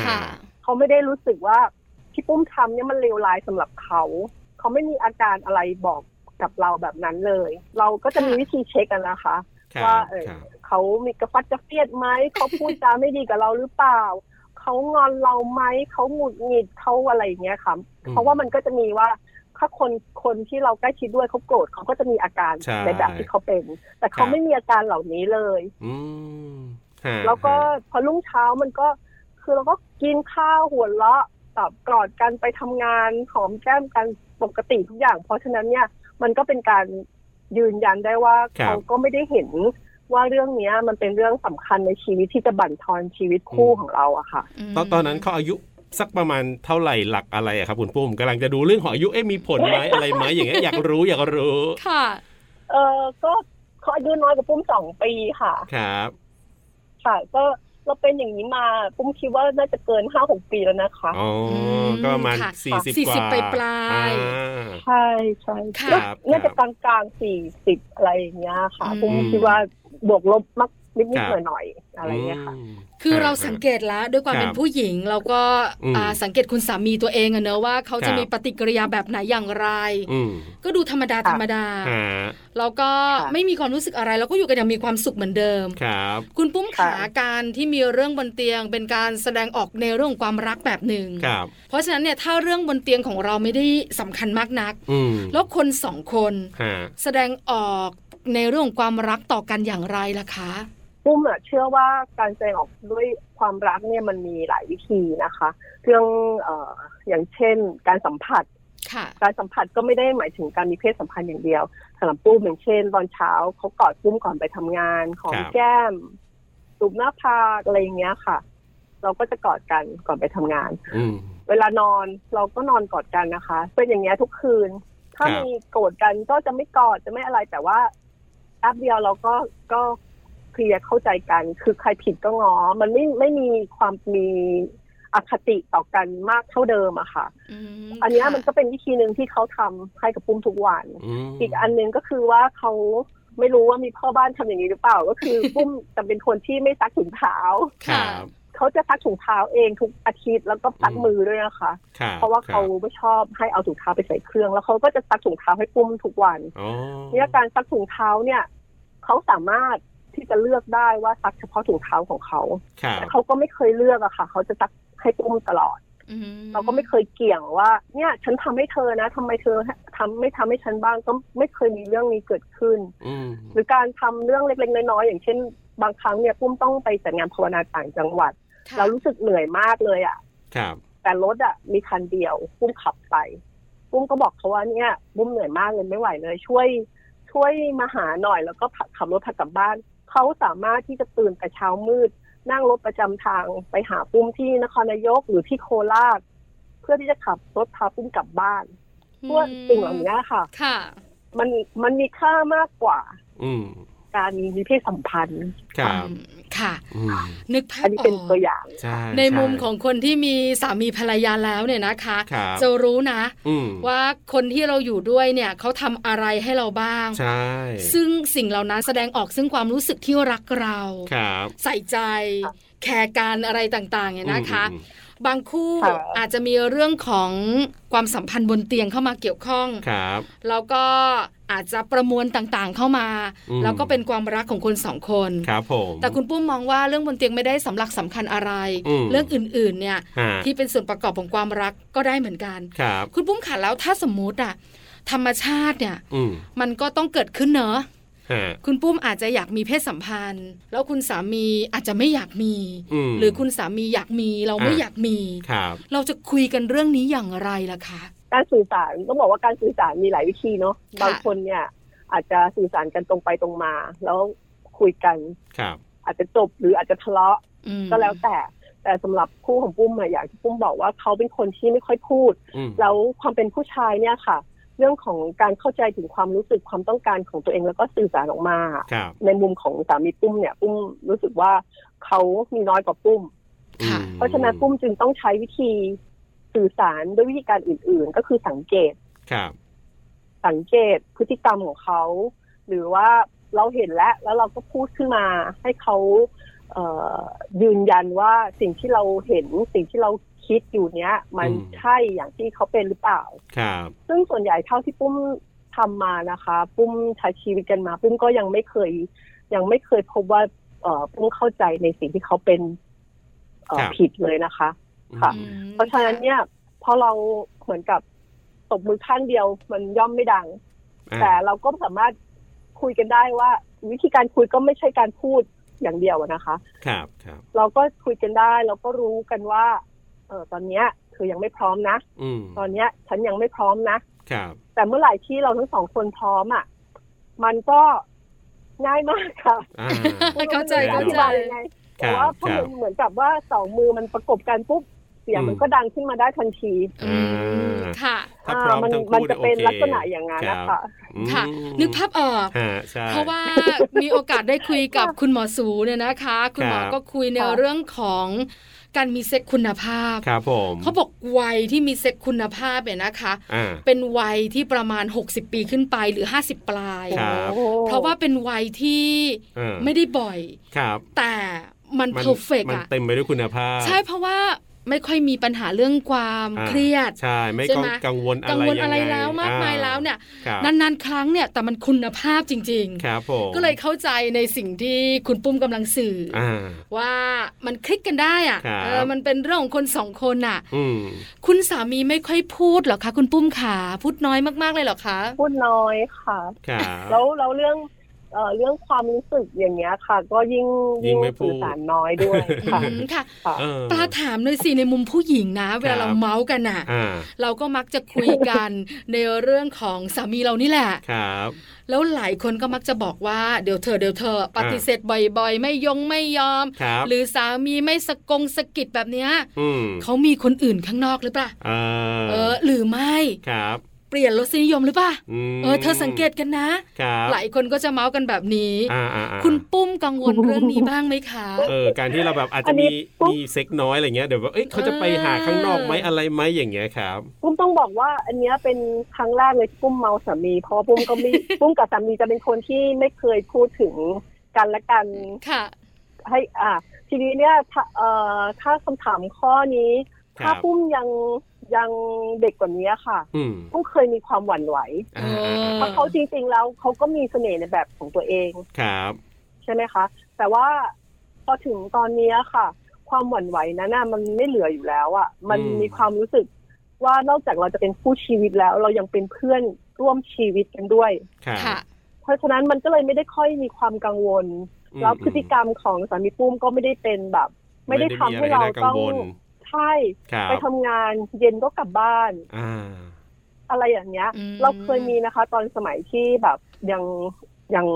[SPEAKER 1] ค่ะ
[SPEAKER 5] เขาไม่ได้รู้สึกว่าที่ปุ้มทำเนี่ยมันเลวร้ายสำหรับเขา เขาไม่มีอาการอะไรบอกกับเราแบบนั้นเลย เราก็จะมี
[SPEAKER 1] ค่ะ
[SPEAKER 5] วิธีเช็คกันนะคะ
[SPEAKER 2] ครับ
[SPEAKER 5] ว่าเออ
[SPEAKER 2] ครับ
[SPEAKER 5] เขามีกระฟัดกระเฟียดไหม เขาพูดจาไม่ดีกับเราหรือเปล่า เขางอนเราไหม เขาหงุดหงิดเขาอะไรอย่างเงี้ยค่ะ
[SPEAKER 2] อืม
[SPEAKER 5] เพราะว่ามันก็จะมีว่าถ้าคนคนที่เราใกล้ชิดด้วยเขาโกรธเขาก็จะมีอาการ
[SPEAKER 2] ใช่
[SPEAKER 5] แบบที่เขาเป็น แต่
[SPEAKER 2] ครั
[SPEAKER 5] เขา
[SPEAKER 2] บ
[SPEAKER 5] ไม่มีอาการเหล่านี้เลย
[SPEAKER 2] อืมฮะ
[SPEAKER 5] แล้วก็
[SPEAKER 2] ฮะ
[SPEAKER 5] พอรุ่งเช้ามันก็คือเราก็กินข้าวหัวเราะแบบกอดกันไปทำงานหอมแก้มกันปกติทุกอย่าง เพราะฉะนั้นเนี่ยมันก็เป็นการยืนยันได้ว่า
[SPEAKER 2] ครับ
[SPEAKER 5] เขาก็ไม่ได้เห็นว่าเรื่องเนี้ยมันเป็นเรื่องสำคัญในชีวิตที่จะบั่นทอนชีวิตคู่ของเราอะค่ะ
[SPEAKER 1] ม
[SPEAKER 2] ตอนตอนนั้นเขาอายุสักประมาณเท่าไหร่หลักอะไรอะครับคุณปุ้มกำลังจะดูเรื่องของอายุเอ๊ะมีผลไหมอะไรไหมอย่างเงี้ยอยากรู้อยากรู้
[SPEAKER 1] ค่ะ
[SPEAKER 5] เออก็เขาอายุน้อยกว่าปุ้มสองปีค่ะ
[SPEAKER 2] ครับ
[SPEAKER 5] ค่ะ ก็เราเป็นอย่างนี้มาปุ้มคิดว่าน่าจะเกินห้าหกปีแล้วนะคะ
[SPEAKER 2] อ๋ออ
[SPEAKER 1] ม
[SPEAKER 2] ก็ประมาณ
[SPEAKER 1] ค่ะ
[SPEAKER 2] สี่สิบ
[SPEAKER 1] สี่
[SPEAKER 2] ก
[SPEAKER 1] สิบ
[SPEAKER 2] ว่า
[SPEAKER 1] ปลายๆ
[SPEAKER 2] อ่า
[SPEAKER 5] ใช่ใช่
[SPEAKER 1] ค่ะ
[SPEAKER 5] ก็
[SPEAKER 2] ครับ
[SPEAKER 5] น่าจะกลางกลางสี่สิบอะไรอย่างเงี้ยค่ะ
[SPEAKER 1] อืม
[SPEAKER 5] ผมคิดว่าบวกลบมากนิดนิด
[SPEAKER 2] ค
[SPEAKER 5] ห
[SPEAKER 2] รั
[SPEAKER 5] น่อบ ยหน่อยๆอะไรเงี้ยค่ะ
[SPEAKER 2] ม
[SPEAKER 1] คือเราสังเกตแล้วด้วยความ
[SPEAKER 2] ครับ
[SPEAKER 1] เป็นผู้หญิงเราก็
[SPEAKER 2] อืม
[SPEAKER 1] อ่าสังเกตคุณสามีตัวเองอะเนอะว่าเขา
[SPEAKER 2] ค
[SPEAKER 1] จะ
[SPEAKER 2] รับ
[SPEAKER 1] มีปฏิกิริยาแบบไหนอย่างไร
[SPEAKER 2] อืม
[SPEAKER 1] ก็ดูธรรมดาธรรมดา
[SPEAKER 2] ฮะ
[SPEAKER 1] แล้วก็
[SPEAKER 5] ค่ะ
[SPEAKER 1] ไม่มีความรู้สึกอะไร แล้วก็อยู่กันอย่างมีความสุขเหมือนเดิม
[SPEAKER 2] ครับ
[SPEAKER 1] คุณปุ้มขา
[SPEAKER 5] ค่ะ
[SPEAKER 1] การที่มีเรื่องบนเตียง เป็นการแสดงออกในเรื่องของความรักแบบหนึ่ง
[SPEAKER 2] ครับ
[SPEAKER 1] เพราะฉะนั้นเนี่ยถ้าเรื่องบนเตียงของเราไม่ได้สำคัญมากนัก
[SPEAKER 2] อืม
[SPEAKER 1] แล้วคนสองคน
[SPEAKER 2] ฮะ
[SPEAKER 1] แสดงออกในเรื่องของความรักต่อกันอย่างไรล่ะคะ
[SPEAKER 5] ปุ้มอะเชื่อว่าการแสดงออกด้วยความรักเนี่ยมันมีหลายวิธีนะคะ เรื่องเอ่ออย่างเช่น การสัมผัส
[SPEAKER 1] ค่ะ
[SPEAKER 5] การสัมผัสก็ไม่ได้หมายถึงการมีเพศสัมพันธ์อย่างเดียวสำหรับปุ้มอย่างเช่น ตอนเช้าเขากอดปุ้มก่อนไปทำงานหอมแก้มจูบหน้าผากอะไรอย่างเงี้ยค่ะ เราก็จะกอดกันก่อนไปทำงาน
[SPEAKER 2] อืม
[SPEAKER 5] เวลานอนเราก็นอนกอดกันนะคะ เป็นอย่างเงี้ยทุกคืน ถ้า
[SPEAKER 2] ครับ
[SPEAKER 5] มีโกรธกันก็จะไม่กอดจะไม่อะไรแต่ว่าแป๊บเดียวเราก็ก็เคลียร์เข้าใจกัน คือใครผิดก็งอ มันไม่ไม่มีความมีอคติต่อกันมากเท่าเดิมอะค่ะ
[SPEAKER 1] อืม
[SPEAKER 5] อันเนี้ย
[SPEAKER 1] ค่ะ
[SPEAKER 5] มันก็เป็นวิธีหนึ่งที่เขาทำให้กับปุ้มทุกวัน
[SPEAKER 2] ม
[SPEAKER 5] อีกอันหนึงก็คือว่าเขาไม่รู้ว่ามีพ่อบ้านทำอย่างนี้หรือเปล่า ก็คือ ปุ้มจะเป็นคนที่ไม่ซักถุงเท้า
[SPEAKER 2] ครับ
[SPEAKER 5] เขาจะซักถุงเท้าเองทุกอาทิตย์แล้วก็ซัก
[SPEAKER 2] อืม
[SPEAKER 5] มือด้วยนะคะ
[SPEAKER 2] ครับ
[SPEAKER 5] เพราะว่าเขา
[SPEAKER 2] คบ
[SPEAKER 5] ไม่ชอบให้เอาถุงเท้าไปใส่เครื่อง แล้วเขาก็จะซักถุงเท้าให้ปุ้มทุกวัน
[SPEAKER 2] อ๋อ
[SPEAKER 5] เนี่ยการซักถุงเท้าเนี่ย เขาสามารถที่จะเลือกได้ว่าซักเฉพาะถุงเท้าของเขา
[SPEAKER 2] ครับ
[SPEAKER 5] แต่เขาก็ไม่เคยเลือกอะค่ะ เขาจะซักให้ปุ้มตลอด
[SPEAKER 1] อื
[SPEAKER 5] เราก็ไม่เคยเกี่ยงว่าเนี่ยฉันทำให้เธอนะทำไมเธอทำไม่ทำให้ฉันบ้างก็ไม่เคยมีเรื่องนี้เกิดขึ้น
[SPEAKER 2] อืม
[SPEAKER 5] หรือการทำเรื่องเล็กๆน้อยๆอย่างเช่น บางครั้งเนี่ยปุ้มต้องไปจัดงานภาวนาต่างจังหวัด
[SPEAKER 1] ค่ะ
[SPEAKER 5] เรารู้สึกเหนื่อยมากเลยอะ
[SPEAKER 2] ครับ
[SPEAKER 5] แต่รถอ่ะมีคันเดียวปุ้มขับไปปุ้มก็บอกเขาว่าเนี่ยปุ้มเหนื่อยมากเลยไม่ไหวเลย ช่วย ช่วยมาหาหน่อยแล้วก็พาขับรถพากลับบ้าน เขาสามารถที่จะตื่นแต่เช้ามืด นั่งรถประจำทางไปหาปุ้มที่นครนายกหรือที่โคราช เพื่อที่จะขับรถพาปุ้มกลับบ้านพวกสิ่งเหล่านี้ค่ะ
[SPEAKER 1] ค่ะ
[SPEAKER 5] มันมันมีค่ามากกว่า
[SPEAKER 2] อืม
[SPEAKER 5] การมีเพศสัมพันธ์
[SPEAKER 2] ครับ
[SPEAKER 1] อืมค่ะ
[SPEAKER 2] อืม
[SPEAKER 1] นึกภาพ
[SPEAKER 5] อันนี้เป็น
[SPEAKER 1] ออก
[SPEAKER 5] ตัวอย่าง
[SPEAKER 2] ใช่
[SPEAKER 1] ในมุม
[SPEAKER 2] ช่
[SPEAKER 1] ของคนที่มีสามีภรรยาแล้วเนี่ยนะคะ
[SPEAKER 2] ครับ
[SPEAKER 1] จะรู้นะ
[SPEAKER 2] อืม
[SPEAKER 1] ว่าคนที่เราอยู่ด้วยเนี่ยเขาทำอะไรให้เราบ้าง
[SPEAKER 2] ใช่
[SPEAKER 1] ซึ่งสิ่งเหล่านั้นแสดงออกซึ่งความรู้สึกที่รักเรา
[SPEAKER 2] ครับ
[SPEAKER 1] ใส่ใจ แคร์การอะไรต่างๆเนี่ยนะคะ
[SPEAKER 2] อืม
[SPEAKER 1] บางคู่
[SPEAKER 5] ค่ะ
[SPEAKER 1] อาจจะมีเรื่องของความสัมพันธ์บนเตียงเข้ามาเกี่ยวข้อง
[SPEAKER 2] อืมครับ
[SPEAKER 1] แล้วก็อาจจะประมวลต่างๆเข้ามา
[SPEAKER 2] อืม
[SPEAKER 1] แล้วก็เป็นความรักของคนสองคน
[SPEAKER 2] ครับผม
[SPEAKER 1] แต่คุณปุ้มมองว่าเรื่องบนเตียงไม่ได้สำหรับสำคัญอะไร
[SPEAKER 2] อืม
[SPEAKER 1] เรื่องอื่นๆเนี่ย
[SPEAKER 2] ฮะ
[SPEAKER 1] ที่เป็นส่วนประกอบของความรักก็ได้เหมือนกัน
[SPEAKER 2] ครับ
[SPEAKER 1] คุณปุ้มค่ะแล้วถ้าสมมุติอะธรรมชาติเนี่ย
[SPEAKER 2] อืม
[SPEAKER 1] มันก็ต้องเกิดขึ้นเนอะ
[SPEAKER 2] ฮะ
[SPEAKER 1] คุณปุ้มอาจจะอยากมีเพศสัมพันธ์ แล้วคุณสามีอาจจะไม่อยากมี
[SPEAKER 2] อืม
[SPEAKER 1] หรือคุณสามีอยากมีเราไม่
[SPEAKER 2] อ่ะ
[SPEAKER 1] อยากมี
[SPEAKER 2] ครับ
[SPEAKER 1] เราจะคุยกันเรื่องนี้อย่างไรล่ะคะ
[SPEAKER 5] การสื่อสารต้องบอกว่าการสื่อสารมีหลายวิธีเนาะ
[SPEAKER 1] ค่ะ
[SPEAKER 5] บางคนเนี่ย อาจจะสื่อสารกันตรงไปตรงมา แล้วคุยกัน
[SPEAKER 2] ครับ
[SPEAKER 5] อาจจะจบหรืออาจจะทะเลาะ
[SPEAKER 1] อืม
[SPEAKER 5] ก็แล้วแต่ แต่สำหรับคู่ของปุ้มอะอย่างที่ปุ้มบอกว่าเขาเป็นคนที่ไม่ค่อยพูด
[SPEAKER 2] อืม
[SPEAKER 5] แล้วความเป็นผู้ชายเนี่ยค่ะ เรื่องของการเข้าใจถึงความรู้สึกความต้องการของตัวเองแล้วก็สื่อสารออกมา
[SPEAKER 2] ครับ
[SPEAKER 5] ในมุมของสามีปุ้มเนี่ยปุ้มรู้สึกว่าเขามีน้อยกว่าปุ้ม
[SPEAKER 1] ค่ะ
[SPEAKER 2] อืม
[SPEAKER 5] เพราะฉะนั้นปุ้มจึงต้องใช้วิธีสื่อสารด้วยวิธีการอื่น ๆ ก็คือสังเกต
[SPEAKER 2] ครับ
[SPEAKER 5] สังเกตพฤติกรรมของเขา หรือว่าเราเห็นแล้วแล้วเราก็พูดขึ้นมาให้เขาเอ่อยืนยันว่าสิ่งที่เราเห็นสิ่งที่เราคิดอยู่เนี้ย มันใช่อย่างที่เขาเป็นหรือเปล่า
[SPEAKER 2] ครับ
[SPEAKER 5] ซึ่งส่วนใหญ่เท่าที่ปุ้มทำมานะคะ ปุ้มใช้ชีวิตกันมา ปุ้มก็ยังไม่เคย ยังไม่เคยพบว่าเอ่อปุ้มเข้าใจในสิ่งที่เขาเป็นเอ่อผิดเลยนะคะ ค่ะ
[SPEAKER 2] อืม
[SPEAKER 5] เพราะฉะนั้นเนี่ยพอเราเหมือนกับตบมือข้างเดียวมันย่อมไม่ดัง
[SPEAKER 2] อ่ะ
[SPEAKER 5] แต่เราก็สามารถคุยกันได้ว่า วิธีการคุยก็ไม่ใช่การพูดอย่างเดียวอะนะคะ
[SPEAKER 2] ครับครับ
[SPEAKER 5] เราก็คุยกันได้เราก็รู้กันว่าเออตอนเนี้ยเธอยังไม่พร้อมนะ
[SPEAKER 2] อืม
[SPEAKER 5] ตอนเนี้ยฉันยังไม่พร้อมนะ
[SPEAKER 2] ครับ
[SPEAKER 5] แต่เมื่อไหร่ที่เราทั้งสองคนพร้อมอ่ะมันก็ง่ายมากค่ะ
[SPEAKER 2] อ่า
[SPEAKER 1] เข้าใจ
[SPEAKER 5] อ
[SPEAKER 1] เข้า
[SPEAKER 5] ธิ
[SPEAKER 1] ใจ
[SPEAKER 5] บายยังไง
[SPEAKER 2] ครับ
[SPEAKER 5] แต่ว่าพอ
[SPEAKER 2] ครั
[SPEAKER 5] มั
[SPEAKER 2] บ
[SPEAKER 5] นเหมือนกับว่าสองมือมันประกบกันปุ๊บเสียง
[SPEAKER 2] อืม
[SPEAKER 5] มันก็ดังขึ้นมาได้ทันที
[SPEAKER 1] อืมค่ะ
[SPEAKER 2] ถ้าพร้อม
[SPEAKER 5] มั
[SPEAKER 2] ทั้ง
[SPEAKER 5] มั
[SPEAKER 2] คู่
[SPEAKER 5] จะ
[SPEAKER 2] ย
[SPEAKER 5] เป็น
[SPEAKER 2] โอค
[SPEAKER 5] ลักษณะอย่างนั้นนะ
[SPEAKER 2] รั
[SPEAKER 5] คะ
[SPEAKER 2] บอืม
[SPEAKER 1] ค่ะ นึกภาพออก
[SPEAKER 2] ฮะใช่
[SPEAKER 1] เพราะว่ามีโอกาสได้คุยกับคุณหมอสูเนี่ยนะคะ คุณหมอ
[SPEAKER 2] ครับ
[SPEAKER 1] ก็คุยใน
[SPEAKER 5] ค่ะ
[SPEAKER 1] เรื่องของการมีเซ็กคุณภาพ
[SPEAKER 2] ครับผม
[SPEAKER 1] เขาบอกวัยที่มีเซ็กคุณภาพเนี่ยนะคะ
[SPEAKER 2] อ่า
[SPEAKER 1] เป็นวัยที่ประมาณ 60 ปีขึ้นไปหรือ 50 ปลาย
[SPEAKER 2] ครับ
[SPEAKER 5] โอ้
[SPEAKER 1] เพราะว่าเป็นวัยที่
[SPEAKER 2] เออ
[SPEAKER 1] ไม่ได้บ่อย
[SPEAKER 2] ครับ
[SPEAKER 1] แต่มัน
[SPEAKER 2] มั
[SPEAKER 1] เพอร์เฟก
[SPEAKER 2] มั
[SPEAKER 1] อะ
[SPEAKER 2] เต็มไปด้วยคุณภาพ
[SPEAKER 1] ใช่เพราะว่าไม่ค่อยมีปัญหาเรื่องความ
[SPEAKER 2] อ่า
[SPEAKER 1] เครียด
[SPEAKER 2] ใช่ ไม่
[SPEAKER 1] ใช่ไหม
[SPEAKER 2] กังวลอะไร
[SPEAKER 1] กังวลอะไร
[SPEAKER 2] ยั
[SPEAKER 1] แล้วมากมายแล้วเนี่ย
[SPEAKER 2] ครับ
[SPEAKER 1] นานๆ ครั้งเนี่ยแต่มันคุณภาพจริง ๆ
[SPEAKER 2] ครับผม
[SPEAKER 1] ก็เลยเข้าใจในสิ่งที่คุณปุ้มกำลังสื่ออ
[SPEAKER 2] อ่า
[SPEAKER 1] ว่ามันคลิกกันได้อะ
[SPEAKER 2] ครับ
[SPEAKER 1] เออมันเป็นเรื่องของคนสองคนน่ะ
[SPEAKER 2] อืม
[SPEAKER 1] คุณสามีไม่ค่อยพูดเหรอคะ คุณปุ้มขาพูดน้อยมากๆเลยเหรอคะ
[SPEAKER 5] พูดน้อยค่ะ
[SPEAKER 2] ครับ
[SPEAKER 5] แล้วแล้วเรื่องเอ่อเรื่องความรู้สึกอย่างเงี้ยค่ะ ก็ยิ่ง
[SPEAKER 2] ยิ่งไม่พู
[SPEAKER 5] สื่
[SPEAKER 2] ด
[SPEAKER 5] อสารน้อยด้วยค่ะ
[SPEAKER 1] อืมค่ะ
[SPEAKER 5] ค่ะ
[SPEAKER 2] เออ
[SPEAKER 1] ปลาถามเลยสิในมุมผู้หญิงนะ เวลา
[SPEAKER 2] ครับ
[SPEAKER 1] เราเมาส์กันน่ะ
[SPEAKER 2] อ่า
[SPEAKER 1] เราก็มักจะคุยกัน ในเรื่องของสามีเรานี่แหละ
[SPEAKER 2] ครับ
[SPEAKER 1] แล้วหลายคนก็มักจะบอกว่าเดี๋ยวเธอเดี๋ยวเธอ ปฏิเสธบ่อย ๆ ไม่ยงไม่ยอม
[SPEAKER 2] ครับ
[SPEAKER 1] หรือสามีไม่สะกงสะกิดแบบเนี้ย
[SPEAKER 2] อืม
[SPEAKER 1] เขามีคนอื่นข้างนอกหรือเปล่า
[SPEAKER 2] เออ
[SPEAKER 1] เออหรือไม่
[SPEAKER 2] ครับ
[SPEAKER 1] เปลี่ยนรสนิยมหรือเปล่า
[SPEAKER 2] อืม
[SPEAKER 1] เออเธอสังเกตกันนะ
[SPEAKER 2] ครับ
[SPEAKER 1] หลายคนก็จะเมาส์กันแบบนี้
[SPEAKER 2] อ่าอ่าอ่า
[SPEAKER 1] คุณปุ้มกังวลเรื่องนี้บ้างไหมคะ
[SPEAKER 2] เออการที่เราแบบอาจ
[SPEAKER 5] อั
[SPEAKER 2] จะ
[SPEAKER 5] นนี้
[SPEAKER 2] มี
[SPEAKER 5] ปุ๊บ
[SPEAKER 2] มีเซ็กน้อยอะไรเงี้ยเดี๋ยวว่าเอ้ยเขาจะไปหาข้างนอกไหมอะไรไหมอย่างเงี้ยครับ
[SPEAKER 5] ปุ้มต้องบอกว่า อันเนี้ยเป็นครั้งแรกเลยที่ปุ้มเมาสามี เพราะว่าปุ้มก็ ไม่ ปุ้มกับสามีจะเป็นคนที่ไม่เคยพูดถึงกันและกัน
[SPEAKER 1] ค่ะ
[SPEAKER 5] ให้ อ่า ทีนี้เนี่ยถ้าเอ่อถ้าคำถามข้อนี้
[SPEAKER 2] ครับ
[SPEAKER 5] ถ้าปุ้มยัง ยังเด็กกว่านี้ค่ะ
[SPEAKER 2] อืม
[SPEAKER 5] เพิ่งเคยมีความหวั่นไหว
[SPEAKER 2] อ่า
[SPEAKER 5] เพราะเขาจริงๆแล้วเขาก็มีเสน่ห์ในแบบของตัวเอง
[SPEAKER 2] ครับ
[SPEAKER 5] ใช่ไหมคะ แต่ว่าพอถึงตอนเนี้ยค่ะ ความหวั่นไหวนั้นน่ะมันไม่เหลืออยู่แล้วอะ่ะ มันมีความรู้สึกว่านอกจากเราจะเป็นคู่ชีวิตแล้ว เรายังเป็นเพื่อนร่วมชีวิตกันด้วย
[SPEAKER 2] ครับ
[SPEAKER 1] ค่ะ
[SPEAKER 5] เพราะฉะนั้นมันก็เลยไม่ได้ค่อยมีความกังวล
[SPEAKER 2] อืม
[SPEAKER 5] แล้วพฤติกรรมของสามีปุ้มก็ไม่ได้เป็นแบบ ไม่ได้ทำให้เรา
[SPEAKER 2] ไม่ได้มีะไน่กั
[SPEAKER 5] ต้อง
[SPEAKER 2] วล
[SPEAKER 5] ใช่
[SPEAKER 2] ครับ
[SPEAKER 5] ไปทำงานเย็นก็กลับบ้าน
[SPEAKER 2] อ่า
[SPEAKER 5] อะไรอย่างเงี้ย
[SPEAKER 1] อืม
[SPEAKER 5] เราเคยมีนะคะ ตอนสมัยที่แบบยังยัง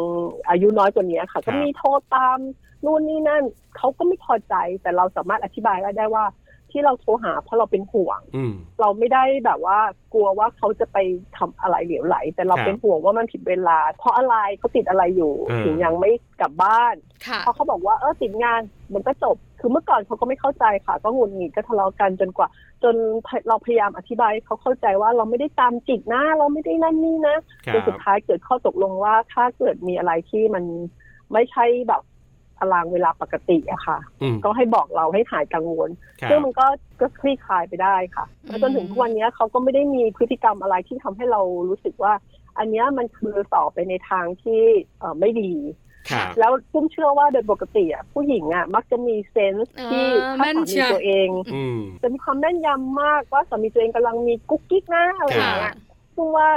[SPEAKER 5] อายุน้อยกว่านี้ค่ะ
[SPEAKER 2] ครับ
[SPEAKER 5] ก็มีโทรตามนู่นนี่นั่นเขาก็ไม่พอใจแต่เราสามารถอธิบายได้ว่า ที่เราโทรหาเพราะเราเป็นห่วง
[SPEAKER 2] อืม
[SPEAKER 5] เราไม่ได้แบบว่ากลัวว่าเขาจะไปทำอะไรเหลวไหล แต่เรา
[SPEAKER 2] ครับ
[SPEAKER 5] เป็นห่วงว่ามันผิดเวลา เพราะอะไรเขาติดอะไรอยู่
[SPEAKER 2] เออ
[SPEAKER 5] ถึงยังไม่กลับบ้าน
[SPEAKER 1] ค่ะ
[SPEAKER 5] เพราะเขาบอกว่าเออติดงานมันก็จบ คือเมื่อก่อนเขาก็ไม่เข้าใจค่ะ ก็หงุดหงิดก็ทะเลาะกันจนกว่า จนเราพยายามอธิบายให้เขาเข้าใจว่าเราไม่ได้ตามจิกนะ เราไม่ได้นั่นนี่นะครับ จนสุดท้ายเกิดข้อตกลงว่าถ้าเกิดมีอะไรที่มันไม่ใช่แบบตารางเวลาปกติอะค่ะ
[SPEAKER 2] อืม
[SPEAKER 5] ก็ให้บอกเราให้หายกังวล
[SPEAKER 2] ครับ
[SPEAKER 5] ซึ่งมันก็ก็คลี่คลายไปได้ค่ะแล้วจนถึง
[SPEAKER 1] อืม
[SPEAKER 5] ทุกวันนี้เขาก็ไม่ได้มีพฤติกรรมอะไรที่ทำให้เรารู้สึกว่า อันเนี้ยมันคือต่อไปในทางที่เอ่อไม่ดี
[SPEAKER 2] ครับ
[SPEAKER 5] แล้วปุ้มเชื่อว่าโดยปกติอ่ะผู้หญิงอ่ะมักจะมีเซนส์ที่
[SPEAKER 1] อ่า
[SPEAKER 5] ถ้าสา
[SPEAKER 1] แม่น
[SPEAKER 5] มี
[SPEAKER 1] เชียว
[SPEAKER 5] ตัวเอง
[SPEAKER 2] อืม
[SPEAKER 5] จะมีความแม่นยำมากว่าสามีตัวเองกำลังมีกุ๊กกิ๊กนะอะไรอย่าง
[SPEAKER 1] ค่ะ
[SPEAKER 5] เงี้ยปุ้มว่า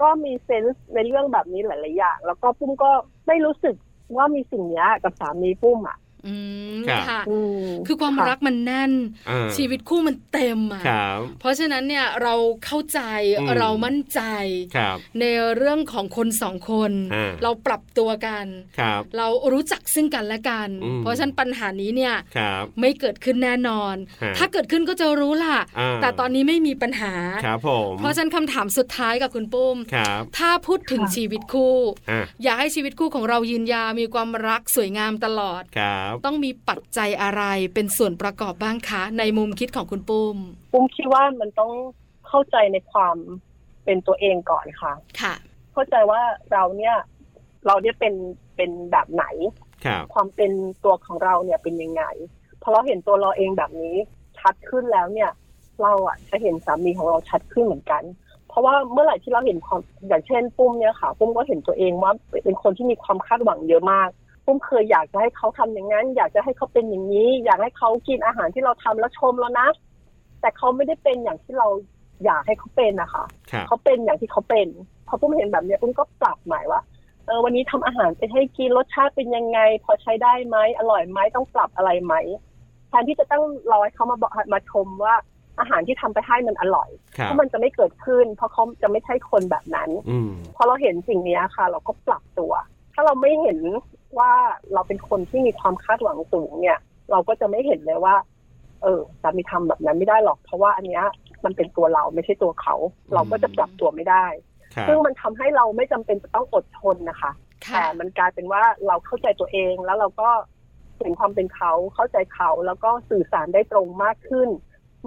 [SPEAKER 5] ก็มีเซนส์ในเรื่องแบบนี้หลายๆอย่างแล้วก็ปุ้มก็ไม่รู้สึกว่ามีสิ่งเนี้ยกับสามีปุ้มอ่ะ
[SPEAKER 1] อืม
[SPEAKER 2] ครับ
[SPEAKER 1] ค่ะ
[SPEAKER 5] อืม
[SPEAKER 1] คือความ
[SPEAKER 5] ะ
[SPEAKER 1] รักมันแน่น
[SPEAKER 2] อ่า
[SPEAKER 1] ชีวิตคู่มันเต็มอ่ะ
[SPEAKER 2] ครับ
[SPEAKER 1] เพราะฉะนั้นเนี่ยเราเข้าใจ
[SPEAKER 2] อืม
[SPEAKER 1] เรามั่นใจ
[SPEAKER 2] ครับ
[SPEAKER 1] ในเรื่องของคนสองคน
[SPEAKER 2] อ่า
[SPEAKER 1] เราปรับตัวกัน
[SPEAKER 2] ครับ
[SPEAKER 1] เรารู้จักซึ่งกันและกัน
[SPEAKER 2] อืม
[SPEAKER 1] เพราะฉะนั้นปัญหานี้เนี่ย
[SPEAKER 2] ครับ
[SPEAKER 1] ไม่เกิดขึ้นแน่นอน
[SPEAKER 2] ฮะ
[SPEAKER 1] ถ้าเกิดขึ้นก็จะรู้ล่ะ
[SPEAKER 2] อ่า
[SPEAKER 1] แต่ตอนนี้ไม่มีปัญหา
[SPEAKER 2] ครับผม
[SPEAKER 1] เพราะฉะนั้นคำถามสุดท้ายกับคุณปุ้ม
[SPEAKER 2] ครับ
[SPEAKER 1] ถ้าพูดถึง
[SPEAKER 5] ค่ะ
[SPEAKER 1] ชีวิตคู่
[SPEAKER 2] อ่ะ
[SPEAKER 1] อยากให้ชีวิตคู่ของเรายืนยาวมีความรักสวยงามตลอด
[SPEAKER 2] ครับ
[SPEAKER 1] ต้องมีปัจจัยอะไรเป็นส่วนประกอบบ้างคะ ในมุมคิดของคุณปุ้ม
[SPEAKER 5] ปุ้มคิดว่ามันต้องเข้าใจในความเป็นตัวเองก่อนค่ะ
[SPEAKER 1] ค่ะ
[SPEAKER 5] เข้าใจว่าเราเนี่ยเราเนี่ยเป็นเป็นแบบไหน
[SPEAKER 2] ครับ
[SPEAKER 5] ความเป็นตัวของเราเนี่ยเป็นยังไงพอเราเห็นตัวเราเองแบบนี้ชัดขึ้นแล้วเนี่ย เราอะจะเห็นสามีของเราชัดขึ้นเหมือนกัน เพราะว่าเมื่อไหร่ที่เราเห็นความอย่างเช่นปุ้มเนี่ยค่ะ ปุ้มก็เห็นตัวเองว่าเป็นคนที่มีความคาดหวังเยอะมาก ปุ้มเคยอยากจะให้เขาทำอย่างนั้น อยากจะให้เขาเป็นอย่างนี้ อยากให้เขากินอาหารที่เราทำแล้วชมแล้วนะ แต่เขาไม่ได้เป็นอย่างที่เราอยากให้เขาเป็นนะคะ
[SPEAKER 2] ครับ
[SPEAKER 5] เขาเป็นอย่างที่เขาเป็น พอปุ้มเห็นแบบเนี้ยปุ้มก็ปรับหมายว่า เออวันนี้ทำอาหารไปให้กินรสชาติเป็นยังไง พอใช้ได้ไหมอร่อยไหมต้องปรับอะไรไหมแทนที่จะต้องรอให้เขามาบอกมาชมว่าอาหารที่ทำไปให้มันอร่อย
[SPEAKER 2] ครับ
[SPEAKER 5] เพราะมันจะไม่เกิดขึ้น เพราะเขาจะไม่ใช่คนแบบนั้น
[SPEAKER 2] อืม
[SPEAKER 5] พอเราเห็นสิ่งเนี้ยค่ะ เราก็ปรับตัว ถ้าเราไม่เห็นว่าเราเป็นคนที่มีความคาดหวังสูงเนี่ย เราก็จะไม่เห็นเลยว่า เออสามีทำแบบนั้นไม่ได้หรอก เพราะว่าอันเนี้ยมันเป็นตัวเราไม่ใช่ตัวเขา เราก็จะปรับตัวไม่ได้
[SPEAKER 2] ครับ
[SPEAKER 5] ซึ่งมันทำให้เราไม่จำเป็นจะต้องอดทนนะคะ
[SPEAKER 1] ค่ะ
[SPEAKER 5] แต่มันกลายเป็นว่าเราเข้าใจตัวเองแล้วเราก็เห็นความเป็นเขาเข้าใจเขาแล้วก็สื่อสารได้ตรงมากขึ้น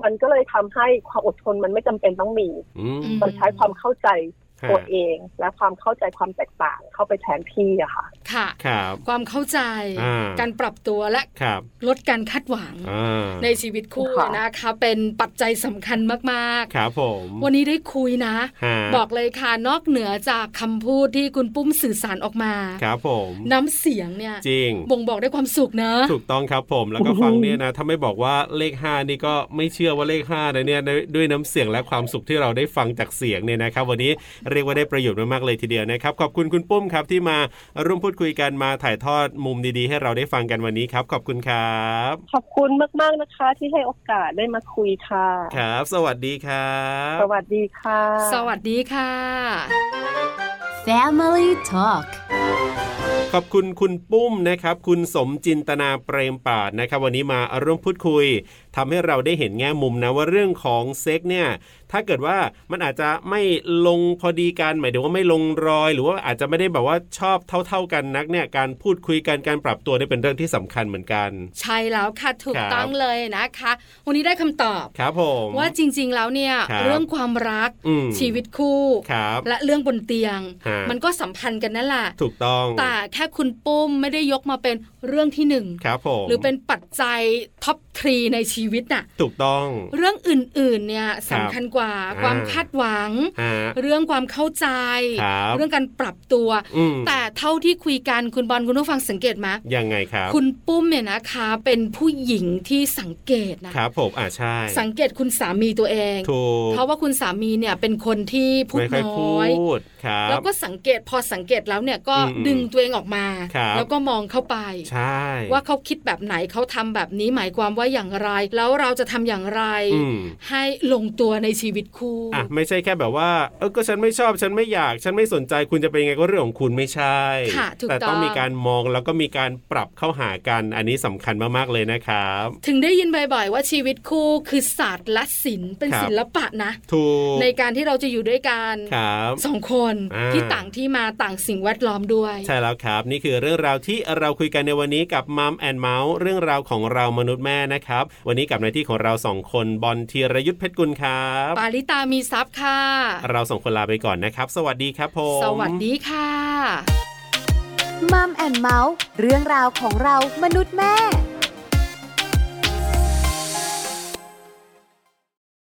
[SPEAKER 5] มันก็เลยทำให้ความอดทนมันไม่จำเป็นต้องมี
[SPEAKER 2] อืม
[SPEAKER 5] มันใช้ความเข้าใจ
[SPEAKER 2] ฮะ
[SPEAKER 5] ตัวเองและความเข้าใจความแตกต่างเข้าไปแทนที่อะค่ะ
[SPEAKER 1] ค่ะ
[SPEAKER 2] ครับ
[SPEAKER 1] ความเข้าใจ
[SPEAKER 2] อ่า
[SPEAKER 1] การปรับตัวและ
[SPEAKER 2] ครับ
[SPEAKER 1] ลดการคาดหวัง
[SPEAKER 2] อ่า
[SPEAKER 1] ในชีวิตคู่
[SPEAKER 5] ค่ะ
[SPEAKER 1] นะคะ เป็นปัจจัยสำคัญมาก
[SPEAKER 2] ครับผม
[SPEAKER 1] ๆ วันนี้ได้คุยนะ
[SPEAKER 2] ฮะ
[SPEAKER 1] บอกเลยค่ะนอกเหนือจากคำพูดที่คุณปุ้มสื่อสารออกมา
[SPEAKER 2] ครับผม
[SPEAKER 1] น้ำเสียงเนี่ย
[SPEAKER 2] จริง
[SPEAKER 1] บ่งบอกได้วยความสุขเนอะ
[SPEAKER 2] ถูกต้องครับผมแล้วก็ฟังเนี่ยนะถ้าไม่บอกว่าเลข 5 นี่ก็ไม่เชื่อว่าเลข5นะเนี่ยด้วยด้วยน้ำเสียงและความสุขที่เราได้ฟังจากเสียงเนี่ยนะครับ วันนี้เรียกว่าได้ประโยชน์มากๆเลยทีเดียวนะครับ ขอบคุณคุณปุ้มครับที่มาร่วมพูดคุยกันมาถ่ายทอดมุมดีๆ ให้เราได้ฟังกันวันนี้ครับ ขอบคุณครับ
[SPEAKER 5] ขอบคุณมาก ๆ นะคะที่ให้โอกาสได้มาคุยค่ะ
[SPEAKER 2] ครับ สวัสดีครับ
[SPEAKER 5] สวัสดีค่ะ
[SPEAKER 1] สวัสดีค่ะ
[SPEAKER 4] Family Talk
[SPEAKER 2] ขอบคุณคุณปุ้มนะครับ คุณสมจินตนาเปรมปราดนะครับ วันนี้มาร่วมพูดคุยทำให้เราได้เห็นแง่มุมนะว่าเรื่องของเซ็กเนี่ย ถ้าเกิดว่ามันอาจจะไม่ลงพอดีกันหมายถึงว่าไม่ลงรอย หรือว่าอาจจะไม่ได้แบบว่าชอบเท่า ๆกันนักเนี่ยการพูดคุยกันการปรับตัวเนี่ยเป็นเรื่องที่สำคัญเหมือนกัน
[SPEAKER 1] ใช่แล้วค่ะถูก
[SPEAKER 2] ครับ
[SPEAKER 1] ต้องเลยนะคะ วันนี้ได้คำตอบ
[SPEAKER 2] ครับผม
[SPEAKER 1] ว่าจริง ๆ แล้วเนี่ย
[SPEAKER 2] ครับ
[SPEAKER 1] เรื่องความรัก
[SPEAKER 2] อืม
[SPEAKER 1] ชีวิตคู่
[SPEAKER 2] ครับ
[SPEAKER 1] และเรื่องบนเตียง
[SPEAKER 2] ฮะ
[SPEAKER 1] มันก็สัมพันธ์กันนั่นแหละ
[SPEAKER 2] ถูกต้อง
[SPEAKER 1] แต่แค่คุณปุ้มไม่ได้ยกมาเป็นเรื่องที่หนึ่ง
[SPEAKER 2] ครับผม
[SPEAKER 1] หรือเป็นปัจจัยท็อปทรีในชีวิตน่ะ
[SPEAKER 2] ถูกต้อง
[SPEAKER 1] เรื่องอื่นๆเนี่ยสำคัญกว่า
[SPEAKER 2] อ่า
[SPEAKER 1] ความคาดหวัง
[SPEAKER 2] ฮะ
[SPEAKER 1] เรื่องความเข้าใจ
[SPEAKER 2] ครับ
[SPEAKER 1] เรื่องการปรับตัว
[SPEAKER 2] อืม
[SPEAKER 1] แต่เท่าที่คุยกันคุณบอลคุณผู้ฟังสังเกตไหม
[SPEAKER 2] ยังไงครับ
[SPEAKER 1] คุณปุ้มเนี่ยนะคะเป็นผู้หญิงที่สังเกตนะ
[SPEAKER 2] ครับผมอ่าใช่
[SPEAKER 1] สังเกตคุณสามีตัวเอง
[SPEAKER 2] ถูก
[SPEAKER 1] เพราะว่าคุณสามีเนี่ยเป็นคนที่พูด
[SPEAKER 2] ไม่ค่อย
[SPEAKER 1] น้
[SPEAKER 2] พู
[SPEAKER 1] อย
[SPEAKER 2] ดครับ
[SPEAKER 1] แล้วก็สังเกตพอสังเกตแล้วเนี่ยก็
[SPEAKER 2] อืม
[SPEAKER 1] ดึงตัวเองออกมา
[SPEAKER 2] ครับ
[SPEAKER 1] แล้วก็มองเข้าไป
[SPEAKER 2] ใช่
[SPEAKER 1] ว่าเขาคิดแบบไหนเขาทำแบบนี้หมายความว่าอย่างไร แล้วเราจะทำอย่างไร
[SPEAKER 2] อืม
[SPEAKER 1] ให้ลงตัวในชีวิตคู่
[SPEAKER 2] อ่ะไม่ใช่แค่แบบว่าเออก็ฉันไม่ชอบฉันไม่อยาก ฉันไม่สนใจคุณจะเป็นยังไงก็เรื่องของคุณไม่ใช่
[SPEAKER 1] ค่ะถูกต้อง
[SPEAKER 2] แต่ต้องมีการมองแล้วก็มีการปรับเข้าหากันอันนี้สำคัญมากๆเลยนะครับ
[SPEAKER 1] ถึงได้ยินบ่อยๆว่าชีวิตคู่คือศาสตร์และศิลป์เป็น
[SPEAKER 2] ครับ
[SPEAKER 1] ศิลปะนะ
[SPEAKER 2] ถูก
[SPEAKER 1] ในการที่เราจะอยู่ด้วยกัน
[SPEAKER 2] ครับ
[SPEAKER 1] สองคน
[SPEAKER 2] อ่า
[SPEAKER 1] ที่ต่างที่มาต่างสิ่งแวดล้อมด้วย
[SPEAKER 2] ใช่แล้วครับ นี่คือเรื่องราวที่เราคุยกันในวันนี้กับมัมแอนเมาส์เรื่องราวของเรามนุษย์แม่นะครับ วันนี้กับในายที่ของเราสองคนบอลธีรยุทธเพชรกุลครับ
[SPEAKER 1] ปาลิตามีซับค่ะ
[SPEAKER 2] เราสองคนลาไปก่อนนะครับ สวัสดีครับผม
[SPEAKER 1] สวัสดีค่ะ
[SPEAKER 4] มัมแอนเมาส์เรื่องราวของเรามนุษย์แม่